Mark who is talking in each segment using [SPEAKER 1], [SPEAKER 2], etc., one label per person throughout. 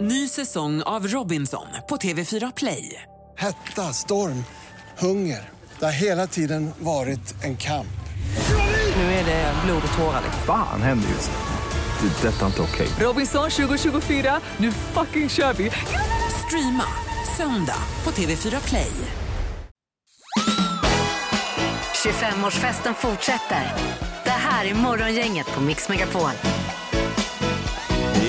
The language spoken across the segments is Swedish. [SPEAKER 1] Ny säsong av Robinson på TV4 Play.
[SPEAKER 2] Hetta, storm, hunger. Det har hela tiden varit en kamp.
[SPEAKER 1] Nu är det blod och tårar. liksom.
[SPEAKER 3] Fan händer just nu. Det. är Detta är inte okej.
[SPEAKER 1] Robinson 2024, nu fucking kör vi! Streama söndag på TV4 Play.
[SPEAKER 4] 25-årsfesten fortsätter. Det här är Morgongänget på Mix Megapol.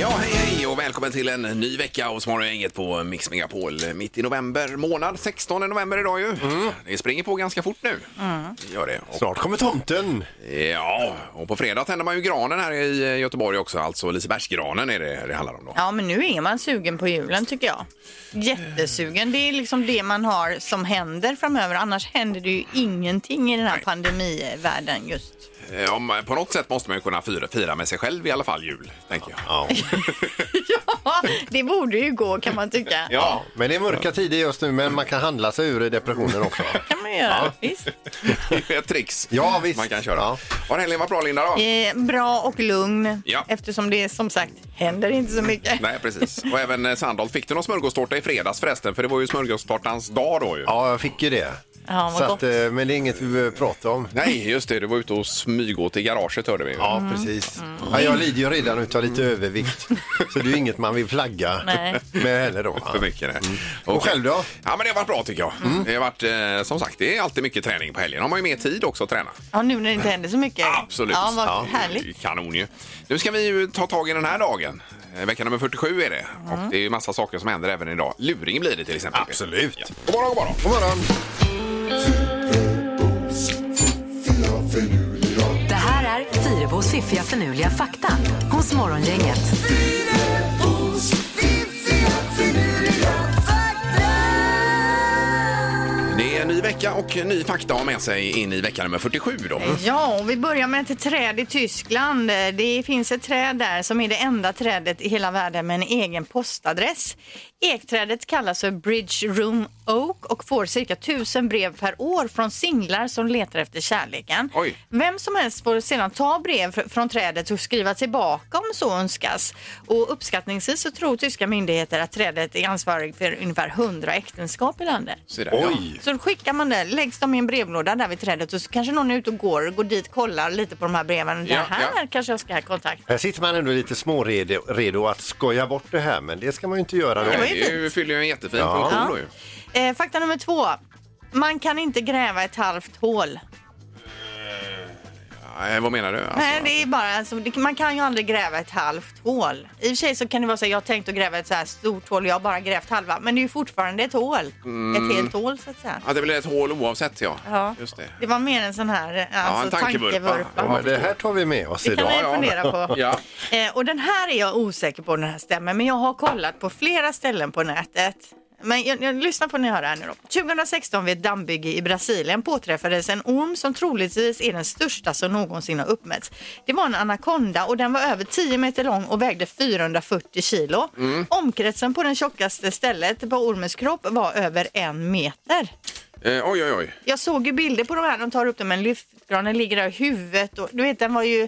[SPEAKER 5] Ja, hej, hej och välkommen till en ny vecka hos Morgongänget på Mix Megapol. Mitt i november månad, 16 november idag ju.
[SPEAKER 6] Mm.
[SPEAKER 5] Det springer på ganska fort nu. Det Gör det. Och,
[SPEAKER 6] Snart kommer tomten.
[SPEAKER 5] ja, och på fredag tänder man ju granen här i Göteborg också, alltså Lisebergsgranen är det det handlar om då.
[SPEAKER 7] Ja, men nu är man sugen på julen tycker jag. Jättesugen. Det är liksom det man har som händer framöver. Annars händer det ju ingenting i den här
[SPEAKER 5] Nej.
[SPEAKER 7] pandemivärlden just.
[SPEAKER 5] Eh, Om, på något sätt måste man ju kunna fira, fira med sig själv i alla fall jul, tänker jag.
[SPEAKER 6] Ja.
[SPEAKER 7] Ja, det borde ju gå kan man tycka.
[SPEAKER 5] Ja,
[SPEAKER 6] Men det är mörka tider just nu, men man kan handla sig ur depressionen också.
[SPEAKER 7] kan man göra. Visst.
[SPEAKER 5] det är ett trix
[SPEAKER 6] Ja, visst.
[SPEAKER 5] man kan köra.
[SPEAKER 6] Ja.
[SPEAKER 5] Har helgen varit bra Linda då?
[SPEAKER 7] Eh, bra och lugn
[SPEAKER 5] Ja.
[SPEAKER 7] eftersom det som sagt händer inte så mycket.
[SPEAKER 5] Nej, precis. Och även eh, Sandholt, fick du någon smörgåstårta i fredags förresten? För det var ju smörgåstårtans dag då ju.
[SPEAKER 6] Ja, jag fick ju det.
[SPEAKER 7] Ja, vad
[SPEAKER 6] Så
[SPEAKER 7] gott.
[SPEAKER 6] att, eh, men det är inget vi behöver prata om.
[SPEAKER 5] Nej, just det. Du var ute och smygåt i garaget hörde vi.
[SPEAKER 6] Ja,
[SPEAKER 7] Mm.
[SPEAKER 6] precis. Ja, jag lider ju redan utav lite övervikt. Så det är ju inget man vill flagga
[SPEAKER 7] Nej.
[SPEAKER 6] med heller då.
[SPEAKER 5] För mycket. nej.
[SPEAKER 6] Mm. Och själv då? Mm.
[SPEAKER 5] Ja, men det har varit bra tycker jag. Det har varit, eh, som sagt, det är alltid mycket träning på helgen. har man ju mer tid också att träna.
[SPEAKER 7] Ja, nu när det inte händer så mycket.
[SPEAKER 5] Absolut.
[SPEAKER 7] Ja, vad
[SPEAKER 5] Ja, det är
[SPEAKER 7] härligt.
[SPEAKER 5] Kanon ju. Nu ska vi ju ta tag i den här dagen. Eh, Vecka nummer 47 är det.
[SPEAKER 7] Mm.
[SPEAKER 5] Och det är ju massa saker som händer även idag. Luring blir det till exempel.
[SPEAKER 6] Absolut.
[SPEAKER 5] Ja. God morgon, god morgon.
[SPEAKER 6] God morgon.
[SPEAKER 4] Det här är Fyrebos fiffiga förnuliga fakta hos Morgongänget.
[SPEAKER 5] Det är en ny vecka och ny fakta att ha med sig in i vecka nummer 47 då.
[SPEAKER 7] Ja, och vi börjar med ett träd i Tyskland. Det finns ett träd där som är det enda trädet i hela världen med en egen postadress. Ekträdet kallas för Bridge Room Oak och får cirka tusen brev per år från singlar som letar efter kärleken.
[SPEAKER 5] Oj.
[SPEAKER 7] Vem som helst får sedan ta brev fr- från trädet och skriva tillbaka om så önskas. Och uppskattningsvis så tror tyska myndigheter att trädet är ansvarig för ungefär 100 äktenskap i landet.
[SPEAKER 5] Så där,
[SPEAKER 6] Oj.
[SPEAKER 7] Så då skickar man det, läggs de i en brevlåda där vid trädet och så kanske någon är ute och går, går dit, kollar lite på de här breven.
[SPEAKER 5] Ja,
[SPEAKER 7] det här
[SPEAKER 5] ja.
[SPEAKER 7] kanske jag ska ha kontakt.
[SPEAKER 6] Här sitter man ändå lite småredo redo att skoja bort det här, men det ska man ju inte göra
[SPEAKER 5] Ja.
[SPEAKER 6] då.
[SPEAKER 7] var
[SPEAKER 5] Nej,
[SPEAKER 7] ju
[SPEAKER 5] Det är ju- fyller ju en jättefin
[SPEAKER 6] Ja.
[SPEAKER 5] funktion då
[SPEAKER 7] Ja.
[SPEAKER 5] ju.
[SPEAKER 7] Eh, fakta nummer två. Man kan inte gräva ett halvt hål.
[SPEAKER 5] Nej, vad menar du? Alltså,
[SPEAKER 7] Nej, det är bara, alltså, det, man kan ju aldrig gräva ett halvt hål. I och för sig så kan det vara så här, jag har tänkt att gräva ett så här stort hål, jag har bara grävt halva. Men det är ju fortfarande ett hål. Ett helt hål så att säga.
[SPEAKER 5] Att det blir ett hål oavsett ja.
[SPEAKER 7] Ja.
[SPEAKER 5] Mm. Just det.
[SPEAKER 7] Det var mer en sån här eh, alltså,
[SPEAKER 5] en tankevurpa.
[SPEAKER 6] Ja,
[SPEAKER 7] tankevurpa.
[SPEAKER 6] men det här tar vi med oss
[SPEAKER 7] Det kan
[SPEAKER 6] idag.
[SPEAKER 7] ni fundera på.
[SPEAKER 5] Ja.
[SPEAKER 7] Eh, och den här är jag osäker på om den här stämmer, men jag har kollat på flera ställen på nätet. Men jag, jag, lyssna på när jag hör det här nu då. 2016 vid ett dammbygge i Brasilien påträffades en orm som troligtvis är den största som någonsin har uppmätts. Det var en anakonda och den var över 10 meter lång och vägde 440 kilo. Omkretsen på den tjockaste stället på ormens kropp var över en meter.
[SPEAKER 5] Eh, oj, oj, oj.
[SPEAKER 7] Jag såg ju bilder på de här, de tar upp dem med en lyftgran, den ligger där i huvudet och du vet den var ju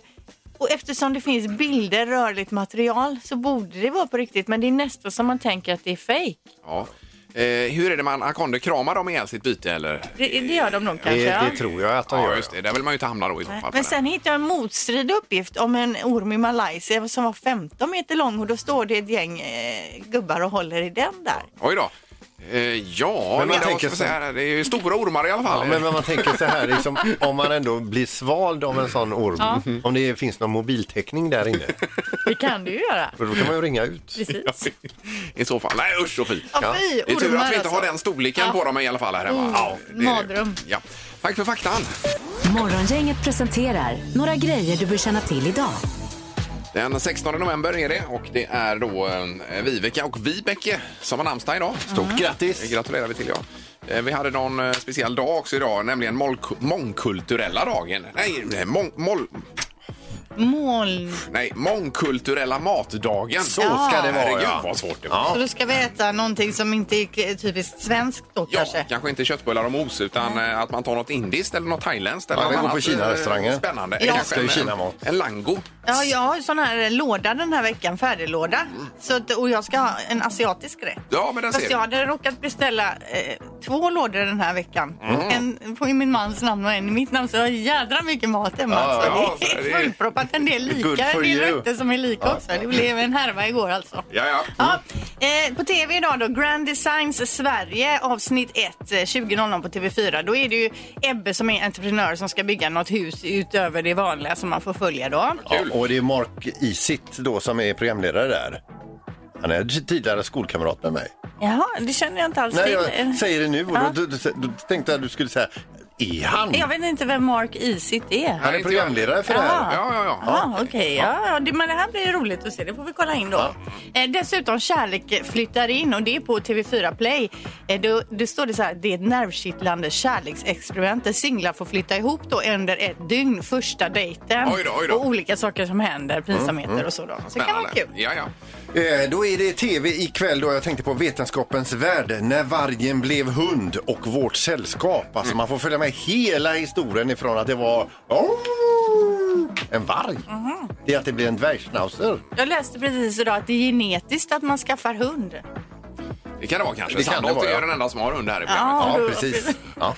[SPEAKER 7] och eftersom det finns bilder, rörligt material, så borde det vara på riktigt. Men det är nästan som man tänker att det är fejk.
[SPEAKER 5] Ja. Eh, hur är det med anakondor? Kramar de ihjäl sitt byte eller?
[SPEAKER 7] Det, det gör de nog kanske.
[SPEAKER 6] Det,
[SPEAKER 7] ja.
[SPEAKER 6] det tror jag att de
[SPEAKER 5] Ja,
[SPEAKER 6] gör.
[SPEAKER 5] just det. Där vill man ju inte hamna då i så fall.
[SPEAKER 7] Men sen hittade jag en motstridig uppgift om en orm i Malaysia som var 15 meter lång och då står det ett gäng eh, gubbar och håller i den där.
[SPEAKER 5] Oj då. Eh, ja, men
[SPEAKER 6] Men man
[SPEAKER 5] man
[SPEAKER 6] tänker så-
[SPEAKER 5] så... här, det är ju stora ormar i alla fall.
[SPEAKER 6] Ja, men man tänker så här, liksom, om man ändå blir svald av en sån orm, mm-hmm. om det finns någon mobiltäckning där inne,
[SPEAKER 7] Det kan du ju göra.
[SPEAKER 6] för då kan man ju ringa ut.
[SPEAKER 7] Precis.
[SPEAKER 5] I så fall. Nej, usch och fy.
[SPEAKER 7] Ja, fy,
[SPEAKER 5] Det är tur
[SPEAKER 7] ormar
[SPEAKER 5] att vi inte har
[SPEAKER 7] alltså.
[SPEAKER 5] den storleken på dem i alla fall här hemma.
[SPEAKER 7] Mm,
[SPEAKER 5] Ja, det är det.
[SPEAKER 7] mardröm.
[SPEAKER 5] Ja. Tack för faktan.
[SPEAKER 4] Morgongänget presenterar några grejer du bör känna till idag.
[SPEAKER 5] Den 16 november är det och det är då eh, Viveka och Vibeke som har namnsdag idag. Mm.
[SPEAKER 6] Stort
[SPEAKER 5] Det
[SPEAKER 6] grattis!
[SPEAKER 5] gratulerar vi till, ja. Eh, Vi hade någon eh, speciell dag också idag, nämligen mål- mångkulturella dagen. Nej, nej, mång... Mål...
[SPEAKER 7] Moln.
[SPEAKER 5] Nej, mångkulturella matdagen. Ah,
[SPEAKER 6] Så ska det vara,
[SPEAKER 5] Herregud,
[SPEAKER 6] ja.
[SPEAKER 5] vad svårt det var.
[SPEAKER 6] Ja.
[SPEAKER 7] Så då ska vi äta någonting som inte är typiskt svenskt då
[SPEAKER 5] Ja,
[SPEAKER 7] kanske?
[SPEAKER 5] kanske inte köttbullar och mos utan eh, att man tar något indiskt eller något thailändskt. Eller
[SPEAKER 6] Ja,
[SPEAKER 5] något
[SPEAKER 6] vi går
[SPEAKER 5] annat,
[SPEAKER 6] på Kina-restauranger.
[SPEAKER 5] eh, Spännande.
[SPEAKER 7] Ja.
[SPEAKER 5] Kanske
[SPEAKER 6] Det är
[SPEAKER 5] en-
[SPEAKER 6] ju Kinamat.
[SPEAKER 5] En lango.
[SPEAKER 7] Ja, jag har en sån här låda den här veckan, färdiglåda. Så, att- och jag ska ha en asiatisk rätt.
[SPEAKER 5] Ja, men den
[SPEAKER 7] Fast
[SPEAKER 5] ser
[SPEAKER 7] jag
[SPEAKER 5] jag...
[SPEAKER 7] hade råkat beställa eh, två lådor den här veckan.
[SPEAKER 5] Mm.
[SPEAKER 7] En på min mans namn och en i mitt namn. Så jag har jädra mycket mat hemma.
[SPEAKER 6] Ja,
[SPEAKER 7] så
[SPEAKER 5] ja,
[SPEAKER 7] det
[SPEAKER 5] det
[SPEAKER 7] är
[SPEAKER 5] är-
[SPEAKER 7] fullproppat. En del
[SPEAKER 6] Good
[SPEAKER 7] lika, en
[SPEAKER 6] for
[SPEAKER 7] del
[SPEAKER 6] you.
[SPEAKER 7] rätter som är lika också. Det blev en härva igår alltså.
[SPEAKER 5] Ja, ja.
[SPEAKER 7] Ja, eh, på tv idag då, Grand Designs Sverige avsnitt 1, eh, 20.00 på TV4. Då är det ju Ebbe som är entreprenör som ska bygga något hus utöver det vanliga som man får följa då.
[SPEAKER 5] Kul.
[SPEAKER 6] Ja, och det är Mark Isitt då som är programledare där. Han är t- tidigare skolkamrat med mig.
[SPEAKER 7] Jaha, det känner jag inte alls
[SPEAKER 6] Nej,
[SPEAKER 7] till.
[SPEAKER 6] jag säger det nu och
[SPEAKER 7] Ja.
[SPEAKER 6] då, då, då, då tänkte jag att du skulle säga, är han?
[SPEAKER 7] Jag vet inte vem Mark Isitt är.
[SPEAKER 6] Han är programledare för det här.
[SPEAKER 7] Jaha.
[SPEAKER 5] Ja, ja, ja.
[SPEAKER 7] Ah, Okej, ja, ja, det- men det här blir ju roligt att se. Det får vi kolla in då. Eh, dessutom Kärlek flyttar in och det är på TV4 Play. Eh, då, då står det så här, det är ett nervkittlande kärleksexperiment där singlar får flytta ihop då under ett dygn, första dejten.
[SPEAKER 5] Oj då, oj då. Mm,
[SPEAKER 7] Och olika saker som händer, pinsamheter och så då. Så det kan vara kul.
[SPEAKER 5] Ja, ja.
[SPEAKER 6] Eh, Då är det tv ikväll då jag tänkte på Vetenskapens värld, när vargen blev hund och vårt sällskap. Alltså man får följa med hela historien ifrån att det var oh, en varg. Det är att det blir en dvärgschnauzer.
[SPEAKER 7] Jag läste precis idag att det är genetiskt att man skaffar hund.
[SPEAKER 5] Det kan det vara kanske.
[SPEAKER 6] Det kan det
[SPEAKER 5] Sandholt
[SPEAKER 6] vara,
[SPEAKER 5] är
[SPEAKER 6] ja.
[SPEAKER 5] den enda som har hund här i programmet.
[SPEAKER 7] Ja,
[SPEAKER 6] Ja,
[SPEAKER 7] då-
[SPEAKER 6] precis. Ja.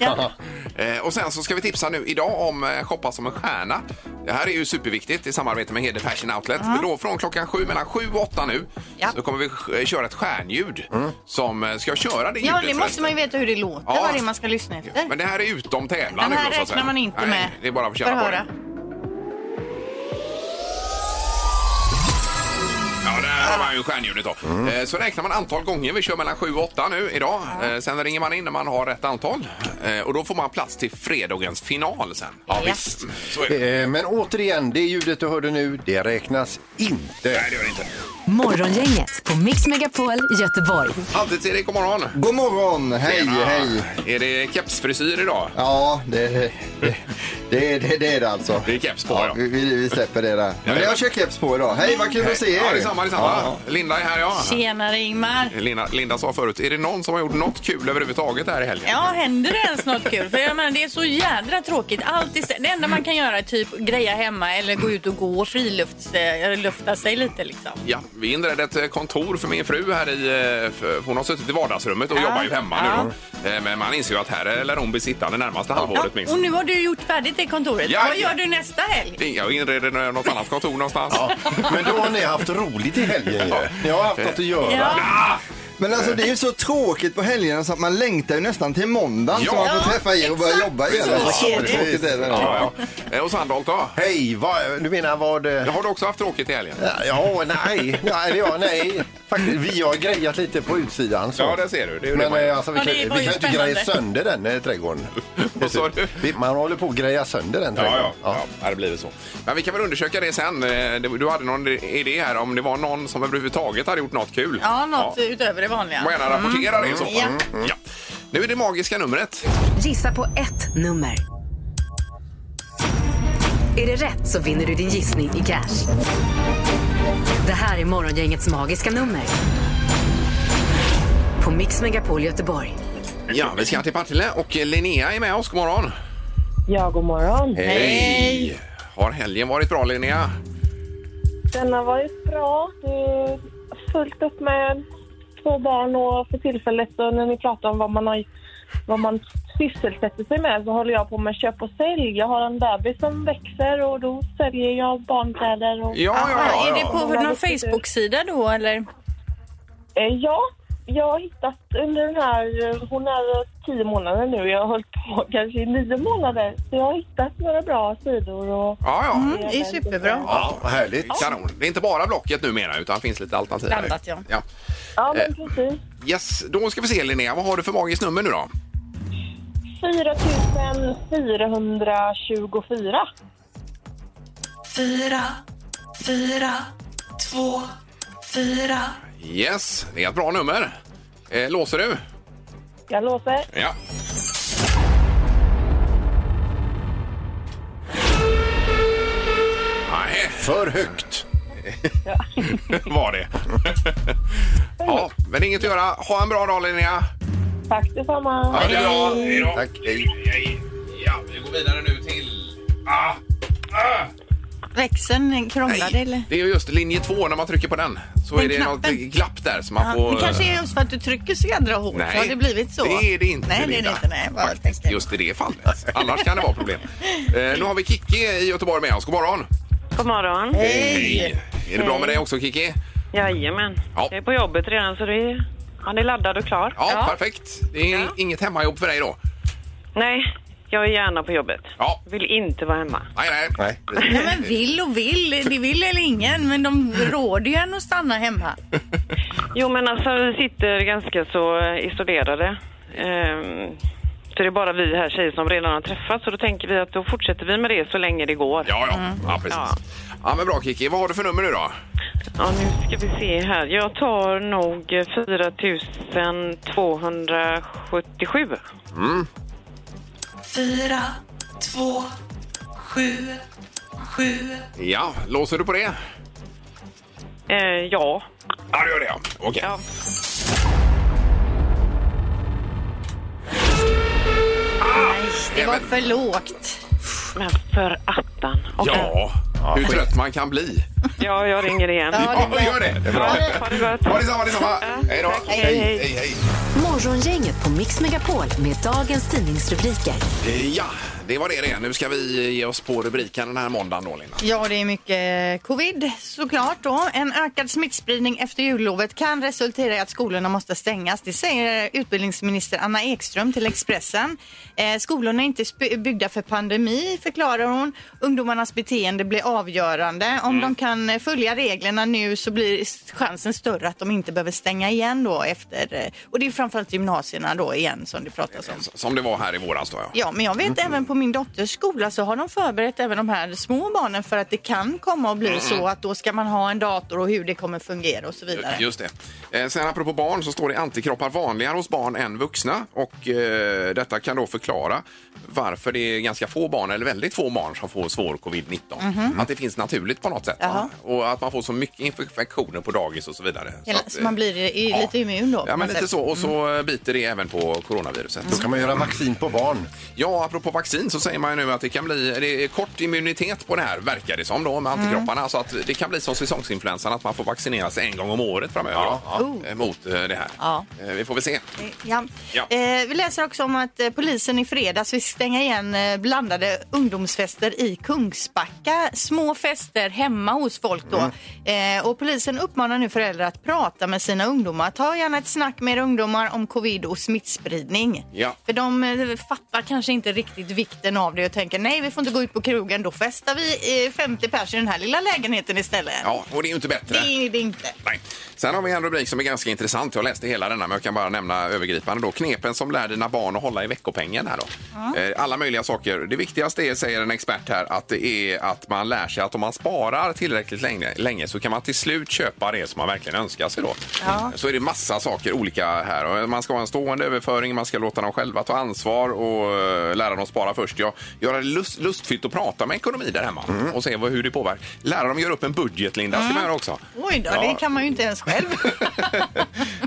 [SPEAKER 7] Ja.
[SPEAKER 5] Eh, Och sen så ska vi tipsa nu idag om eh, shoppa som en stjärna. Det här är ju superviktigt i samarbete med Hede Fashion Outlet. Då från klockan sju, mellan sju och åtta nu,
[SPEAKER 7] Ja.
[SPEAKER 5] så kommer vi sk- eh, köra ett stjärnljud
[SPEAKER 6] Mm.
[SPEAKER 5] som eh, ska jag köra det ljudet.
[SPEAKER 7] ja, det måste
[SPEAKER 5] förresten?
[SPEAKER 7] man ju veta hur det låter,
[SPEAKER 5] Ja.
[SPEAKER 7] vad det är man ska lyssna efter.
[SPEAKER 5] Men det här är utom tävlan.
[SPEAKER 7] Den
[SPEAKER 5] nu
[SPEAKER 7] här
[SPEAKER 5] då, så att säga.
[SPEAKER 7] räknar man inte
[SPEAKER 5] Nej,
[SPEAKER 7] med.
[SPEAKER 5] Det är bara att få känna på det. Ja, där har man ju stjärnljudet då.
[SPEAKER 8] Mm.
[SPEAKER 5] Eh, Så räknar man antal gånger. Vi kör mellan 7 och 8 nu idag. Eh, Sen ringer man in när man har rätt antal. Eh, Och då får man plats till fredagens final sen.
[SPEAKER 7] Ja, visst.
[SPEAKER 5] Mm, Så är det.
[SPEAKER 6] Eh, Men återigen, det ljudet du hörde nu, det räknas inte.
[SPEAKER 5] Nej, det gör det inte.
[SPEAKER 4] Morgongänget på Mix Megapol Göteborg.
[SPEAKER 5] Halvtids-Erik, god morgon.
[SPEAKER 8] God morgon! Hej,
[SPEAKER 5] Tjena.
[SPEAKER 8] hej!
[SPEAKER 5] Är det kepsfrisyr idag?
[SPEAKER 8] Ja, det, det, det, det, det är det alltså.
[SPEAKER 5] Det är keps på, ja.
[SPEAKER 8] Ja, vi, vi, vi släpper det där. Men jag kör keps på idag. Hej, vad kul att se er!
[SPEAKER 5] Ja, detsamma, detsamma.
[SPEAKER 8] Ja,
[SPEAKER 5] Linda är här, ja.
[SPEAKER 7] Tjenare Ingmar!
[SPEAKER 5] Linda, Linda sa förut, är det någon som har gjort något kul överhuvudtaget här i helgen?
[SPEAKER 7] Ja, händer det ens något kul? För jag menar, det är så jädra tråkigt. Allt istället. Det enda man kan göra är typ greja hemma eller gå ut och gå och frilufta sig lite liksom.
[SPEAKER 5] Ja, vi inredde ett eh, kontor för min fru här i... eh, för Hon har suttit i vardagsrummet och
[SPEAKER 7] Ja.
[SPEAKER 5] jobbar ju hemma nu då. Eh, Men man inser ju att här eh, lär hon bli sittande närmaste
[SPEAKER 7] Ja,
[SPEAKER 5] halvåret minst.
[SPEAKER 7] och nu har du gjort färdigt det kontoret.
[SPEAKER 5] Ja,
[SPEAKER 7] Vad
[SPEAKER 5] ja.
[SPEAKER 7] gör du nästa helg?
[SPEAKER 5] Det- Jag inreder eh, något annat kontor någonstans.
[SPEAKER 6] Ja. Men då har ni haft roligt i helgen ju. Ni har haft något att göra.
[SPEAKER 8] Men alltså det är ju så tråkigt på helgerna så att man längtar ju nästan till måndagen
[SPEAKER 5] Ja.
[SPEAKER 8] så man får träffa er och börja jobba igen.
[SPEAKER 7] så
[SPEAKER 8] Alltså, så
[SPEAKER 7] är det.
[SPEAKER 8] tråkigt är det.
[SPEAKER 5] Ja, ja. Eh, Och Sandholt då?
[SPEAKER 6] Hej, vad, du menar vad... eh,
[SPEAKER 5] Har du också haft tråkigt i helgen?
[SPEAKER 6] Ja, nej. nej, ja, nej. Faktiskt, vi har grejat lite på utsidan. Så.
[SPEAKER 5] Ja, det ser du. Det är ju det
[SPEAKER 6] Men
[SPEAKER 5] man gör.
[SPEAKER 6] eh, alltså, vi
[SPEAKER 7] Ja,
[SPEAKER 6] kan,
[SPEAKER 7] det
[SPEAKER 6] vi
[SPEAKER 7] var
[SPEAKER 6] kan
[SPEAKER 7] ju
[SPEAKER 6] ju inte
[SPEAKER 7] spännande.
[SPEAKER 6] greja sönder den eh, trädgården.
[SPEAKER 5] Vad sa du?
[SPEAKER 6] Vi- Man håller på att greja sönder den
[SPEAKER 5] Ja,
[SPEAKER 6] trädgården.
[SPEAKER 5] ja, ja. ja, det blir väl så. Men vi kan väl undersöka det sen. Eh, det- Du hade någon idé här om det var någon som överhuvudtaget hade gjort något kul.
[SPEAKER 7] Ja, något utöver det vanliga.
[SPEAKER 5] Må gärna rapportera det i så fall.
[SPEAKER 7] Ja.
[SPEAKER 5] Ja. Nu är det magiska numret.
[SPEAKER 4] Gissa på ett nummer. Är det rätt så vinner du din gissning i cash. Det här är Morgongängets magiska nummer. På Mix Megapol Göteborg.
[SPEAKER 5] Ja, vi ska till Partille och Linnea är med oss. God morgon!
[SPEAKER 9] Ja, god morgon.
[SPEAKER 5] Hej! Har helgen varit bra Linnea?
[SPEAKER 9] Den har varit bra. Det är fullt upp med två barn och för tillfället och när ni pratar om vad man, har, vad man sysselsätter sig med så håller jag på med köp och sälj. Jag har en bebis som växer och då säljer jag barnkläder. Och,
[SPEAKER 5] Ja, ja,
[SPEAKER 7] Ah,
[SPEAKER 5] ja.
[SPEAKER 7] Är det
[SPEAKER 5] ja.
[SPEAKER 7] på någon Facebook-sida då eller?
[SPEAKER 9] Eh, ja, jag har hittat under den här... eh, Hon är tio månader nu. Jag har hållit på kanske i nio månader. Så jag har hittat några bra sidor. Och,
[SPEAKER 5] ja, ja.
[SPEAKER 7] Det är superbra.
[SPEAKER 6] Ja, vad härligt.
[SPEAKER 5] Kanon. Det är inte bara Blocket numera utan det finns lite alternativ. här.
[SPEAKER 7] Blandat, ja.
[SPEAKER 5] ja.
[SPEAKER 9] ja, men precis.
[SPEAKER 5] Yes, då ska vi se Linnea, vad har du för magiskt nummer nu då?
[SPEAKER 9] 4 424.
[SPEAKER 5] Yes, det är ett bra nummer. Eh, låser du?
[SPEAKER 9] Jag låser.
[SPEAKER 5] Ja. Ah,
[SPEAKER 6] För högt.
[SPEAKER 5] var det. ja, men inget att göra. Ha en bra dag Linnea.
[SPEAKER 9] Tack detsamma.
[SPEAKER 5] Ha det bra. Hej då.
[SPEAKER 6] Tack, hej.
[SPEAKER 5] Hej. Ja, vi går vidare nu till... Ah. Ah.
[SPEAKER 7] Växeln krånglade eller?
[SPEAKER 5] Nej, det är ju just linje två när man trycker på den. Så
[SPEAKER 7] Den
[SPEAKER 5] är det
[SPEAKER 7] knappen.
[SPEAKER 5] något glapp där som
[SPEAKER 7] Ja,
[SPEAKER 5] man får...
[SPEAKER 7] Det kanske är just för att du trycker så jädra hårt.
[SPEAKER 5] eh, Nej,
[SPEAKER 7] Har det blivit så?
[SPEAKER 5] det är det inte.
[SPEAKER 7] Nej, det är det
[SPEAKER 5] Linda.
[SPEAKER 7] inte. Nej, bara
[SPEAKER 5] Faktiskt,
[SPEAKER 7] tänkte.
[SPEAKER 5] Just i det fallet. Annars kan det vara problem. Eh, nu har vi Kiki i Göteborg med oss. God morgon!
[SPEAKER 9] God morgon.
[SPEAKER 5] Hej! Är det bra med dig också Kiki?
[SPEAKER 9] Jajamän.
[SPEAKER 5] Ja.
[SPEAKER 9] Jag är på jobbet redan så det är... Han är laddad och klar.
[SPEAKER 5] Ja, perfekt. Det är inget hemmajobb för dig då?
[SPEAKER 9] Nej, jag är gärna på jobbet.
[SPEAKER 5] Ja.
[SPEAKER 9] Vill inte vara hemma.
[SPEAKER 5] Nej, nej.
[SPEAKER 6] Nej.
[SPEAKER 7] Nej, men vill och vill. Det vill eller ingen. Men de råder ju en att stanna hemma.
[SPEAKER 9] Jo, men alltså vi sitter ganska så eh, isolerade. Ehm, så det är bara vi här tjejer som redan har träffats och då tänker vi att då fortsätter vi med det så länge det går.
[SPEAKER 5] Ja, ja. ja precis. Mm. Ja.
[SPEAKER 9] Ja.
[SPEAKER 5] men bra Kiki. Vad har du för nummer nu då?
[SPEAKER 9] Ja, nu ska vi se här. Jag tar nog eh, 4277.
[SPEAKER 5] Ja, låser du på det?
[SPEAKER 9] Eh, ja.
[SPEAKER 5] Ja, du gör det ja. Okej.
[SPEAKER 9] Ja.
[SPEAKER 7] Det var
[SPEAKER 5] Även-
[SPEAKER 7] för lågt.
[SPEAKER 9] Men för attan. Okej.
[SPEAKER 5] Ja, hur trött man kan bli.
[SPEAKER 9] ja, jag ringer igen.
[SPEAKER 5] Ja, gör det. det är bra.
[SPEAKER 9] Ha det gott.
[SPEAKER 5] Ha detsamma, detsamma. Hej då.
[SPEAKER 9] tack.
[SPEAKER 5] Hej, hej, hej.
[SPEAKER 4] Morgongänget på Mix Megapol med dagens tidningsrubriker.
[SPEAKER 5] Eh, Ja, det var det det. Nu ska vi ge oss på rubriken den här måndagen då, Linda.
[SPEAKER 7] Ja, det är mycket covid såklart då. En ökad smittspridning efter jullovet kan resultera i att skolorna måste stängas. Det säger utbildningsminister Anna Ekström till Expressen. Eh, skolorna är inte sp- byggda för pandemi förklarar hon. Ungdomarnas beteende blir avgörande. Om de kan eh, följa reglerna nu så blir s- chansen större att de inte behöver stänga igen då efter. eh, Och det är framförallt gymnasierna då igen som det pratas om.
[SPEAKER 5] Som det var här i våras då, ja.
[SPEAKER 7] Ja, men jag vet även på min dotters skola så har de förberett även de här små barnen för att det kan komma att bli så att då ska man ha en dator och hur det kommer fungera och så vidare.
[SPEAKER 5] Just det. Eh, Sen apropå barn så står det antikroppar vanligare hos barn än vuxna och eh, detta kan då förklara varför det är ganska få barn eller väldigt få barn som får svår covid-19. Att det finns naturligt på något sätt va?
[SPEAKER 7] Mhm. Jaha.
[SPEAKER 5] och att man får så mycket infektioner på dagis och så vidare.
[SPEAKER 7] Hela-
[SPEAKER 5] att,
[SPEAKER 7] så man
[SPEAKER 5] eh,
[SPEAKER 7] blir i- lite immun då, på
[SPEAKER 5] Ja, men
[SPEAKER 7] något
[SPEAKER 5] lite
[SPEAKER 7] sätt. Mm.
[SPEAKER 5] så. Och så eh, biter det även på coronaviruset.
[SPEAKER 6] Då kan man göra vaccin på barn.
[SPEAKER 5] Ja, apropå vaccin så säger man ju nu att det kan bli det är kort immunitet på det här, verkar det som då, med antikropparna. Så att det kan bli som säsongsinfluensan, att man får vaccinera sig en gång om året framöver då, eh, mot eh, det här.
[SPEAKER 7] Ja.
[SPEAKER 5] Eh, Vi får väl se.
[SPEAKER 7] Ja.
[SPEAKER 5] Ja.
[SPEAKER 7] Eh, vi läser också om att eh, polisen i fredags vill stänga igen eh, blandade ungdomsfester i Kungsbacka. Små fester hemma hos folk då.
[SPEAKER 5] Mm.
[SPEAKER 7] Eh, och polisen uppmanar nu föräldrar att prata med sina ungdomar. Ta gärna ett snack med era ungdomar om covid och smittspridning.
[SPEAKER 5] Ja.
[SPEAKER 7] För de eh, fattar kanske inte riktigt vikten av det och tänker nej vi får inte gå ut på krogen, då festar vi eh, 50 pers i den här lilla lägenheten istället.
[SPEAKER 5] Ja, och det är ju inte bättre.
[SPEAKER 7] Det är det inte.
[SPEAKER 5] Nej. Sen har vi en rubrik som är ganska intressant. Jag läste hela denna, men jag kan bara nämna övergripande då. Knepen som lär dina barn att hålla i veckopengen här då. Eh, Alla möjliga saker. Det viktigaste är, säger en expert här, att det är att man lär sig att om man sparar tillräckligt länge, länge så kan man till slut köpa det som man verkligen önskar sig då. Så är det massa saker olika här. Och Man ska ha en stående överföring, man ska låta dem själva ta ansvar och eh, lära dem spara först. Ja, göra det lust, lustfyllt att prata med ekonomi där hemma och se vad, hur det påverkar. Lära dem göra upp en budget, Linda, ska man göra också.
[SPEAKER 7] Oj då,
[SPEAKER 5] Ja.
[SPEAKER 7] det kan man ju inte ens själv.